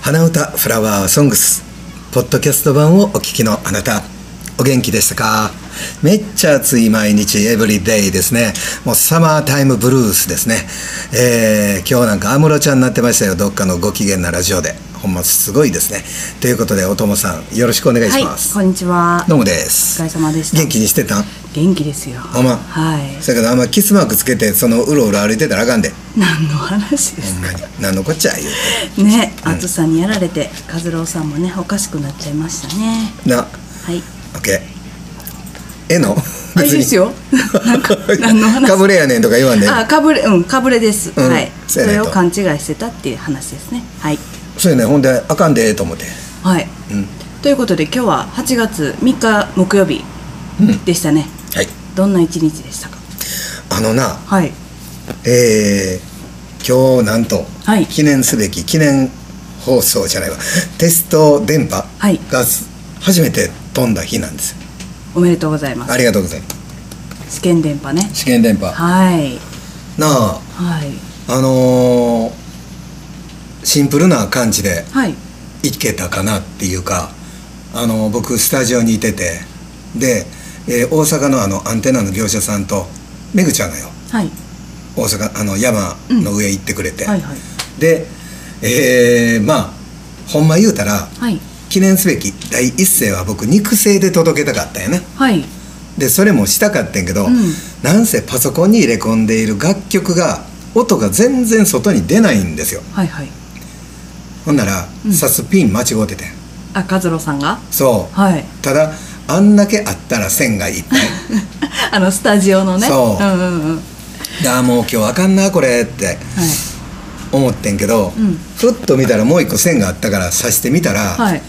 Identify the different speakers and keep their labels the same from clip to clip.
Speaker 1: 花歌フラワーソングスポッドキャスト版をお聞きのあなたお元気でしたかめっちゃ暑い毎日エブリデイですねもうサマータイムブルースですねえー今日なんか安室ちゃんになってましたよどっかのご機嫌なラジオでほんますごいですねということでおともさんよろしくお願いします、
Speaker 2: こんにちは。
Speaker 1: どうもで
Speaker 2: お
Speaker 1: す
Speaker 2: 疲れ様でした。
Speaker 1: 元気にしてたん
Speaker 2: 元気ですよ。
Speaker 1: ほんま
Speaker 2: はい。
Speaker 1: だけどあんまキスマークつけてそのうろうろ歩いてたらあかんで
Speaker 2: 何の話で
Speaker 1: ほ
Speaker 2: す
Speaker 1: んまに何のこっちゃ言う
Speaker 2: か。ね、暑さにやられて、和郎さんもね、おかしくなっちゃいましたね。
Speaker 1: てな
Speaker 2: はい。
Speaker 1: オッケーえの
Speaker 2: あ、いいで すよ。なんか、何の話。
Speaker 1: かぶれやねんとか言わんで
Speaker 2: あ、かぶれ、うん、かぶれです。
Speaker 1: うん
Speaker 2: はい。
Speaker 1: そ
Speaker 2: そう
Speaker 1: やね
Speaker 2: れ
Speaker 1: と
Speaker 2: を勘違いしてたっていう話ですね。はい。
Speaker 1: そうやねほんであかんでと思って
Speaker 2: はい。
Speaker 1: うん
Speaker 2: ということで、今日は8月3日木曜日
Speaker 1: うん
Speaker 2: でしたね。
Speaker 1: はい
Speaker 2: どんな一日でしたか。
Speaker 1: あのな
Speaker 2: はい。
Speaker 1: えー今日なんと、
Speaker 2: はい
Speaker 1: 記念すべき記念放送じゃないわテスト電波
Speaker 2: はい
Speaker 1: がす初めて飛んだ日なんですよ、
Speaker 2: おめでとうございま
Speaker 1: ありがとうございます
Speaker 2: す。試験電波ね。
Speaker 1: 試験電波
Speaker 2: はい。
Speaker 1: なあ
Speaker 2: はい。
Speaker 1: あのーシンプルな感じで
Speaker 2: はい。
Speaker 1: いけたかなっていうかあの僕スタジオにいててで、えー大阪のあのアンテナの業者さんとめぐちゃんがよ
Speaker 2: はい。
Speaker 1: 大阪あの山の上行ってくれて、
Speaker 2: はい。はい。
Speaker 1: で、えーまあほんま言うたら
Speaker 2: はい。
Speaker 1: 記念すべき第一声は僕肉声で届けたかったんやな
Speaker 2: はい。
Speaker 1: でそれもしたかったんやけど、
Speaker 2: うん
Speaker 1: なんせパソコンに入れ込んでいる楽曲が音が全然外に出ないんですよ
Speaker 2: はい。はい。
Speaker 1: ほんなら、
Speaker 2: うん
Speaker 1: さすピン間違うててん
Speaker 2: あ、カズロさんが。
Speaker 1: そう
Speaker 2: はい。
Speaker 1: ただあんだけあったら線がいっぱい
Speaker 2: あのスタジオのね。
Speaker 1: そう
Speaker 2: うんうんうん。はい。
Speaker 1: でああもう今日あかんなこれって思ってんけど、
Speaker 2: うん
Speaker 1: ふっと見たらもう一個線があったから刺してみたら、
Speaker 2: はい。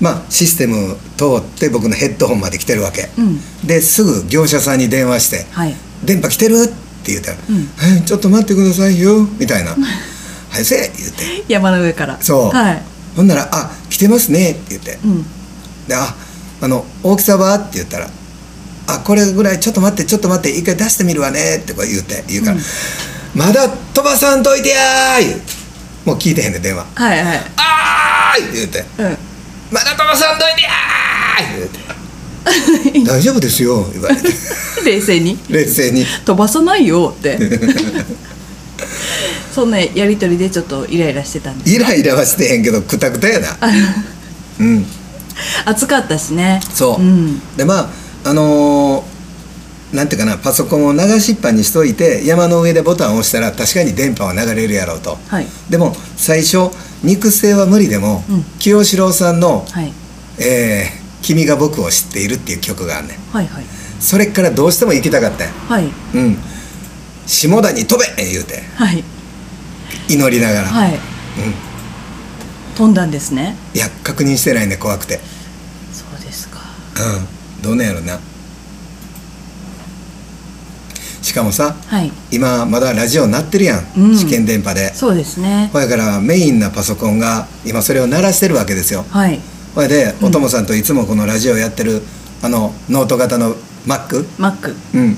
Speaker 1: まあシステム通って僕のヘッドホンまで来てるわけ、
Speaker 2: うん。
Speaker 1: ですぐ業者さんに電話して
Speaker 2: はい。
Speaker 1: 「電波来てる?」って言ったら「
Speaker 2: うん
Speaker 1: はいちょっと待ってくださいよ」みたいな「はいせえ」言って
Speaker 2: 山の上から。
Speaker 1: そう
Speaker 2: はい。
Speaker 1: ほんなら「あ来てますね」って言って
Speaker 2: うん。
Speaker 1: で「ああの大きさは?」って言ったら「あこれぐらいちょっと待ってちょっと待って一回出してみるわね」ってこう言うて言うから「
Speaker 2: うん
Speaker 1: まだ飛ばさんといてやーい!」もう聞いてへんね電話
Speaker 2: はい。はい。
Speaker 1: 「あーい!」言うて
Speaker 2: うん。
Speaker 1: 「まだ飛ばさんといてやーい!」言うて「大丈夫ですよ」言われて
Speaker 2: 冷静に。
Speaker 1: 冷静に
Speaker 2: 飛ばさないよって。そんなやりとりでちょっとイライラしてたんです。
Speaker 1: イライラはしてへんけどくたくたやなうん
Speaker 2: 暑かったしね。
Speaker 1: そう、
Speaker 2: うん。
Speaker 1: でまああのーなんていうかなパソコンを流しっぱにしといて山の上でボタンを押したら確かに電波は流れるやろうと
Speaker 2: はい。
Speaker 1: でも最初肉声は無理でも、
Speaker 2: うん
Speaker 1: 清志郎さんの
Speaker 2: はい。
Speaker 1: 「えー君が僕を知っている」っていう曲があんねん
Speaker 2: はい。はい。
Speaker 1: それからどうしても行きたかったんや
Speaker 2: はい。
Speaker 1: うん下田に飛べ言うて
Speaker 2: はい。
Speaker 1: 祈りながら、
Speaker 2: はい。
Speaker 1: うん、
Speaker 2: 飛んだんですね。
Speaker 1: いや確認してないね怖くて
Speaker 2: そうですか。
Speaker 1: うんどうなんやろなしかもさ
Speaker 2: はい。
Speaker 1: 今まだラジオ鳴ってるやん、
Speaker 2: うん
Speaker 1: 試験電波で
Speaker 2: そうですね。
Speaker 1: ほやからメインなパソコンが今それを鳴らしてるわけですよ
Speaker 2: はい。
Speaker 1: ほいでおともさんといつもこのラジオやってるあのノート型の Mac、
Speaker 2: マック。
Speaker 1: うん、
Speaker 2: うん。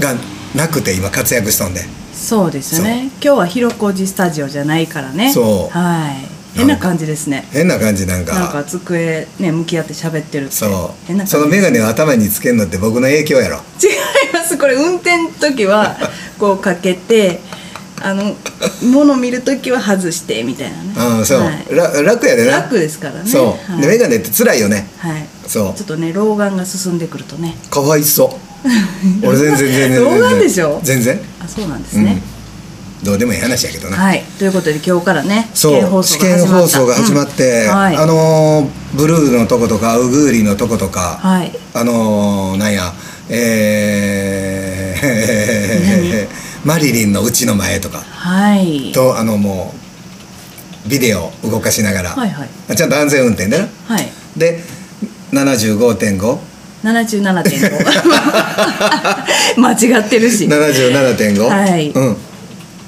Speaker 1: がなくて今活躍しとんで
Speaker 2: そうですね。今日は広小路スタジオじゃないからね。
Speaker 1: そう
Speaker 2: はい。変な感じですね。
Speaker 1: 変な感じなんか
Speaker 2: なんか机ね向き合って喋ってるって。
Speaker 1: そう
Speaker 2: 変な感じ。
Speaker 1: その眼鏡を頭につけるのって僕の影響やろ
Speaker 2: 違います。これ運転の 時はこうかけて、あの物見る時は外してみたいなね。
Speaker 1: うんそう、
Speaker 2: はい
Speaker 1: ら楽やでな
Speaker 2: 楽ですからね。
Speaker 1: そう、
Speaker 2: はい
Speaker 1: で眼鏡って辛いよね
Speaker 2: はい。
Speaker 1: そう
Speaker 2: ちょっとね老眼が進んでくるとね。
Speaker 1: かわい そう俺全然全然
Speaker 2: 老眼でしょ
Speaker 1: 全然
Speaker 2: あ、そうなんですね。
Speaker 1: うん、どうでもいい話やけどな、
Speaker 2: はい。ということで今日からね
Speaker 1: そう試験放送が始まって、
Speaker 2: うんはい
Speaker 1: あのーブルーのとことかウグーリのとことか、
Speaker 2: はい。
Speaker 1: あのーなんやえー、 マリリンのうちの前とか
Speaker 2: はい。
Speaker 1: とあのもうビデオ動かしながら、
Speaker 2: はいはい
Speaker 1: ちゃんと安全運転でな
Speaker 2: はい。
Speaker 1: で75.5
Speaker 2: 77.5 間違ってるし
Speaker 1: 77.5、
Speaker 2: はい
Speaker 1: うん、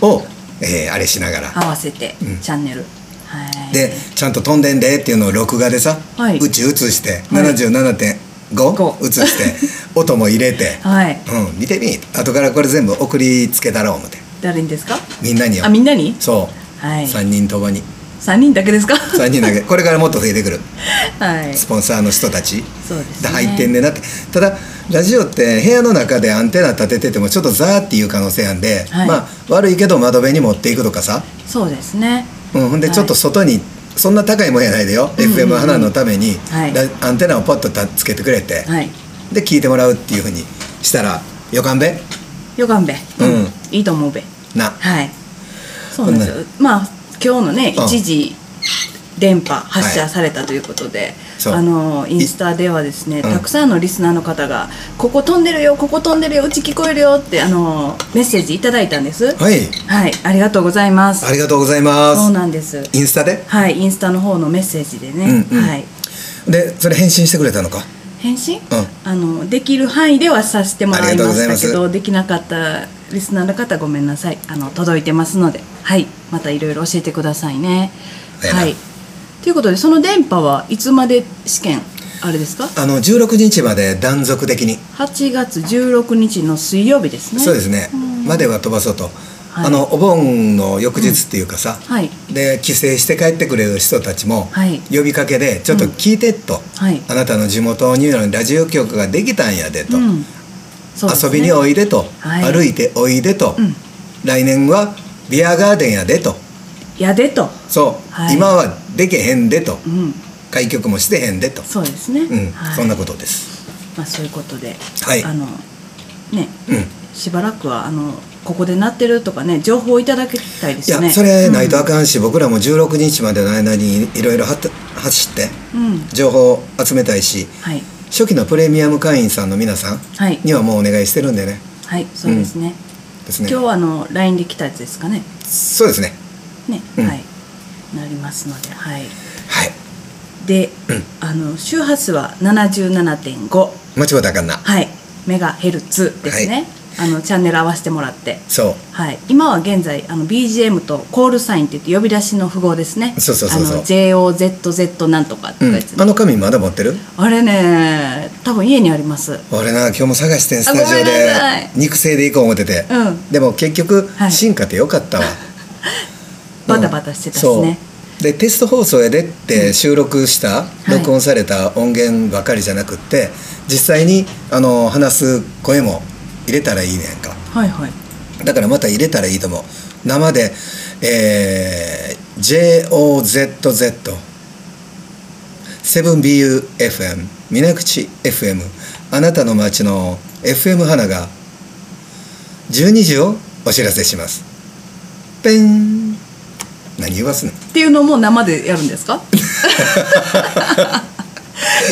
Speaker 1: を、えーあれしながら
Speaker 2: 合わせて、
Speaker 1: うん
Speaker 2: チャンネルはい
Speaker 1: でちゃんと飛んでんでっていうのを録画でさ、
Speaker 2: はいう
Speaker 1: ち映して
Speaker 2: はい
Speaker 1: 77.5
Speaker 2: ご、
Speaker 1: 映して音も入れて
Speaker 2: はい
Speaker 1: うん、見てみ後からこれ全部送りつけたろう思って
Speaker 2: 誰にですか
Speaker 1: みんなによ
Speaker 2: あみんなに
Speaker 1: そう、
Speaker 2: はい
Speaker 1: 3人ともに
Speaker 2: 3人だけですか
Speaker 1: 3人だけこれからもっと増えてくる
Speaker 2: はい
Speaker 1: スポンサーの人たち
Speaker 2: そうですね
Speaker 1: 入ってんねんなってただラジオって部屋の中でアンテナ立てててもちょっとザーっていう可能性あんで、
Speaker 2: はい
Speaker 1: まあ悪いけど窓辺に持っていくとかさ、
Speaker 2: そうですね
Speaker 1: うん、ほんで
Speaker 2: はい
Speaker 1: ちょっと外に、そんな高いもんやないでよ、FM 花のために、
Speaker 2: はい
Speaker 1: ラアンテナをポッとたつけてくれて、
Speaker 2: はい
Speaker 1: で聞いてもらうっていうふうにしたら予感べ
Speaker 2: よかんべ、
Speaker 1: うん
Speaker 2: いいと思うべ
Speaker 1: な
Speaker 2: はいそうなんですよ
Speaker 1: こん
Speaker 2: まあ今日のね
Speaker 1: うん
Speaker 2: 一時電波発射されたということで、
Speaker 1: そう
Speaker 2: あのインスタではですね
Speaker 1: うん
Speaker 2: たくさんのリスナーの方が「ここ飛んでるよここ飛んでるようち聞こえるよ」ってあのメッセージいただいたんですはい、
Speaker 1: はい
Speaker 2: ありがとうございます
Speaker 1: ありがとうございま
Speaker 2: そう
Speaker 1: す
Speaker 2: なんです
Speaker 1: インスタで
Speaker 2: はいインスタの方のメッセージでね、
Speaker 1: うんうん
Speaker 2: はい
Speaker 1: でそれ返信してくれたのか
Speaker 2: 返信、
Speaker 1: ん
Speaker 2: あのできる範囲ではさせてもらいまし
Speaker 1: ありがとうございま
Speaker 2: た
Speaker 1: す
Speaker 2: けどできなかったリスナーの方ごめんなさいあの届いてますのではいまたいろいろ教えてくださいね
Speaker 1: ええな
Speaker 2: はいということでその電波はいつまで試験あれですか
Speaker 1: あの16日まで断続的に
Speaker 2: 8月16日の水曜日ですね
Speaker 1: そうですね、までは飛ばそうと、
Speaker 2: はい
Speaker 1: あのお盆の翌日っていうかさ、
Speaker 2: はい
Speaker 1: で帰省して帰ってくれる人たちも、
Speaker 2: はい
Speaker 1: 呼びかけでちょっと聞いてと、
Speaker 2: はい
Speaker 1: あなたの地元ニューヨークにラジオ局ができたんやでと、
Speaker 2: うんそうです
Speaker 1: 遊
Speaker 2: ね
Speaker 1: びにおいでと、
Speaker 2: はい
Speaker 1: 歩いておいでと、
Speaker 2: うん
Speaker 1: 来年はビアガーデンやでと
Speaker 2: やでと
Speaker 1: そう、
Speaker 2: はい
Speaker 1: 今はでけへんでと
Speaker 2: うん
Speaker 1: 開局もしてへんでと、
Speaker 2: そうですね、
Speaker 1: うん
Speaker 2: はい、
Speaker 1: そんなことです。
Speaker 2: まあ、そういうことで、
Speaker 1: はい
Speaker 2: あのね、
Speaker 1: うん
Speaker 2: しばらくはあのここで鳴ってるとかね情報をいただきたいで
Speaker 1: い
Speaker 2: す
Speaker 1: や、
Speaker 2: ね。
Speaker 1: それないとあかんし、僕らも16日までの間にいろいろはた走って
Speaker 2: うん、うん
Speaker 1: 情報を集めたいし
Speaker 2: はい
Speaker 1: 初期のプレミアム会員さんの皆さん
Speaker 2: はい
Speaker 1: にはもうお願いしてるんでね
Speaker 2: はいそうですね。
Speaker 1: ですね
Speaker 2: 今日はあの LINE で来たやつですかね。
Speaker 1: そうですね
Speaker 2: ね、
Speaker 1: うん
Speaker 2: はいなりますのでは
Speaker 1: は
Speaker 2: い。
Speaker 1: い
Speaker 2: で、あの周波数は77.5
Speaker 1: 間違ったらあかんな
Speaker 2: はいメガヘルツですね。あのチャンネル合わせてもらって。
Speaker 1: そう
Speaker 2: はい、今は現在あの BGM とコールサインって言って呼び出しの符号ですね
Speaker 1: そうそうそうそう
Speaker 2: あの JOZZ なんとかって
Speaker 1: うん
Speaker 2: やつ、
Speaker 1: あの紙まだ持ってる
Speaker 2: あれね多分家にあります
Speaker 1: 俺な今日も探してんスタジオ
Speaker 2: あごめん
Speaker 1: で
Speaker 2: なさい
Speaker 1: 肉声で行こう思ってて
Speaker 2: うん
Speaker 1: でも結局
Speaker 2: はい
Speaker 1: 進化ってよかったわ
Speaker 2: バタバタしてたしね
Speaker 1: そうでテスト放送やでって収録した
Speaker 2: い
Speaker 1: 録音された音源ばかりじゃなくって実際にあの話す声も入れたらいいねんか
Speaker 2: はいはい
Speaker 1: だからまた入れたらいいと思う生で、えー、JOZZ セブン BUFM 水口 FM あなたの街の FM 花が12時をお知らせしますペン何言わすの
Speaker 2: っていうのも生でやるんで すか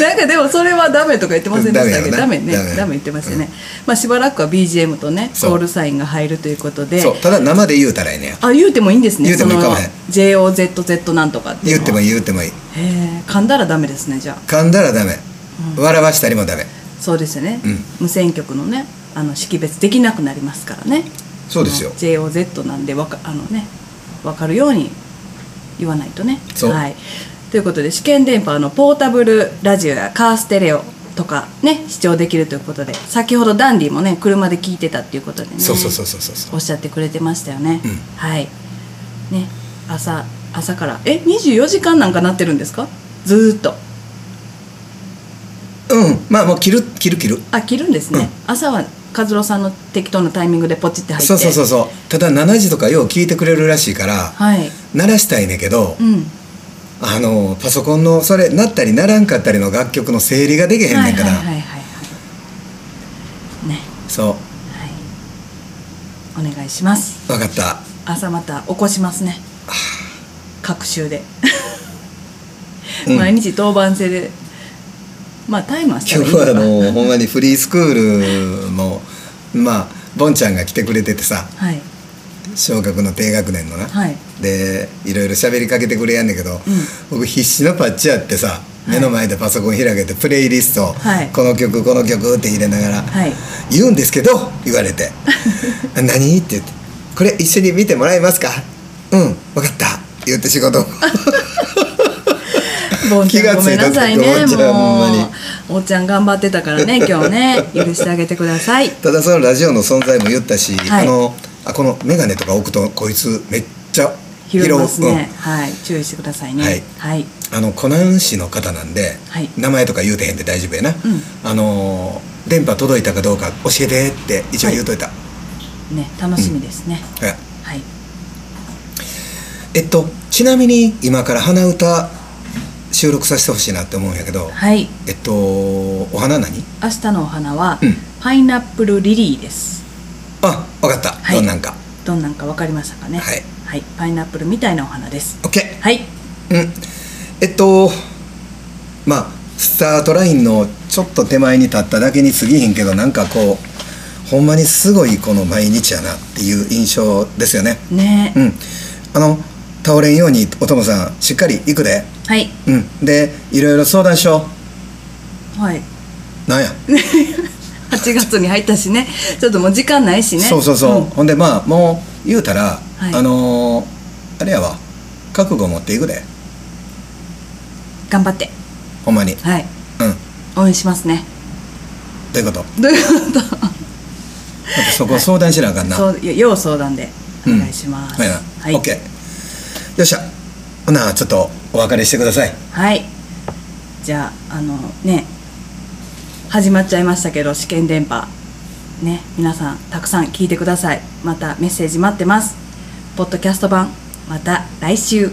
Speaker 2: なんかでもそれはダメとか言ってませんでしたけどダ
Speaker 1: ダメ
Speaker 2: メ
Speaker 1: よ
Speaker 2: ね
Speaker 1: な
Speaker 2: ダ
Speaker 1: ダメ
Speaker 2: メ言ってましたね、まあしばらくは BGM とね
Speaker 1: そう
Speaker 2: コールサインが入るということで
Speaker 1: そうただ生で言うたらいいねや
Speaker 2: あ言うてもいいんですね
Speaker 1: 言うてもいいかもね
Speaker 2: その JOZZ なんとかってい
Speaker 1: 言
Speaker 2: うの
Speaker 1: っ
Speaker 2: は
Speaker 1: てもいい言ってもいい
Speaker 2: へえ噛んだらダメですねじゃあ
Speaker 1: 噛んだらダメ笑わしたりもダメ
Speaker 2: そうですよね、
Speaker 1: うん
Speaker 2: 無線局のねあの識別できなくなりますからね
Speaker 1: そうですよ
Speaker 2: あの JOZ なんでわかあのね分かるように言わないとね
Speaker 1: そう
Speaker 2: はい、ということで試験電波はあのポータブルラジオやカーステレオとかね視聴できるということで先ほどダンディもね車で聞いてたっていうことでね
Speaker 1: そうそうそうそうそう
Speaker 2: おっしゃってくれてましたよね、
Speaker 1: うん
Speaker 2: はいね朝朝からえ24時間なんかなってるんですかずーっと
Speaker 1: うんまあもう切る切る切る
Speaker 2: あ切るんですね、
Speaker 1: うん
Speaker 2: 朝は和郎さんの適当なタイミングでポチって入って
Speaker 1: そうそうそうそうただ7時とかよう聞いてくれるらしいから
Speaker 2: はい
Speaker 1: 鳴らしたいねんけど、
Speaker 2: うん
Speaker 1: あのパソコンのそれ鳴ったり鳴らんかったりの楽曲の整理ができへん
Speaker 2: は
Speaker 1: ね
Speaker 2: い
Speaker 1: んか
Speaker 2: はい
Speaker 1: ら、
Speaker 2: はいはいはいね
Speaker 1: そ
Speaker 2: はいお願いします
Speaker 1: う分かった
Speaker 2: 朝また起こしますね各週で、
Speaker 1: うん
Speaker 2: 毎日当番制でまあタイマーした
Speaker 1: 今
Speaker 2: ら
Speaker 1: 日はあ
Speaker 2: いいのか
Speaker 1: のほんまにフリースクールもまあボンちゃんが来てくれててさ
Speaker 2: はい
Speaker 1: 小学の低学年のな、
Speaker 2: はい
Speaker 1: でいろいろ喋りかけてくれやんねんけど、僕必死のパッチやってさ
Speaker 2: い
Speaker 1: 目の前でパソコン開けてプレイリスト、
Speaker 2: はい
Speaker 1: この曲この曲って入れながら、
Speaker 2: はい
Speaker 1: 言うんですけど言われ て「何?」って言って「これ一緒に見てもらえますか?」「うん分かった」言って仕事
Speaker 2: ボンちゃんごめんなさい
Speaker 1: 気
Speaker 2: ね
Speaker 1: がついた時ボンちゃんほんま
Speaker 2: もうおっちゃん頑張ってたから ね今日ね許してあげてください
Speaker 1: ただそのラジオの存在も言ったし、
Speaker 2: はい
Speaker 1: あのあこの眼鏡とか置くとこいつめっちゃ
Speaker 2: 拾います
Speaker 1: 拾ううん
Speaker 2: ね、はい注意してくださいね
Speaker 1: はい
Speaker 2: はい
Speaker 1: あの湖南市の方なんで、
Speaker 2: はい
Speaker 1: 名前とか言うてへんで大丈夫やな、
Speaker 2: ん
Speaker 1: あのー電波届いたかどうか教えてって一応言うといた、
Speaker 2: ね楽しみですね、
Speaker 1: はい
Speaker 2: はい
Speaker 1: えっとちなみに今から鼻歌収録させてほしいなって思うんやけど、
Speaker 2: はい
Speaker 1: えっとお花何
Speaker 2: 明日のお花は、
Speaker 1: うん
Speaker 2: パイナップルリリーです
Speaker 1: あ分かった、
Speaker 2: はい
Speaker 1: どんなんか
Speaker 2: どんなんかわかりましたかね
Speaker 1: はい、
Speaker 2: パイナップルみたいなお花です
Speaker 1: OK
Speaker 2: は
Speaker 1: う
Speaker 2: い
Speaker 1: んえっとまあスタートラインのちょっと手前に立っただけに過ぎへんけどなんかこうほんまにすごいこの毎日やなっていう印象ですよね
Speaker 2: ね、
Speaker 1: うんあの倒れんようにお友さんしっかり行くで
Speaker 2: はい
Speaker 1: うんでいろいろ相談しよ
Speaker 2: はい
Speaker 1: うなんや、
Speaker 2: 8月に入ったしねちょっともう時間ないしね
Speaker 1: そうそうそう、
Speaker 2: ん
Speaker 1: ほんでまあもう言うたら、
Speaker 2: はい
Speaker 1: あのーあれやわ覚悟持っていくで
Speaker 2: 頑張って
Speaker 1: ほんまにうん
Speaker 2: はい
Speaker 1: ど
Speaker 2: 応援しますね
Speaker 1: ういうことだっ
Speaker 2: どういうこと
Speaker 1: てそこ相談しなあかんな、
Speaker 2: そう要相談でお願いします、
Speaker 1: はいな、
Speaker 2: はい、
Speaker 1: オッケー。よっしゃ。ほなちょっとお別れしてください。
Speaker 2: はいじゃああのね始まっちゃいましたけど試験電波ね皆さんたくさん聞いてくださいまたメッセージ待ってますポッドキャスト版また来週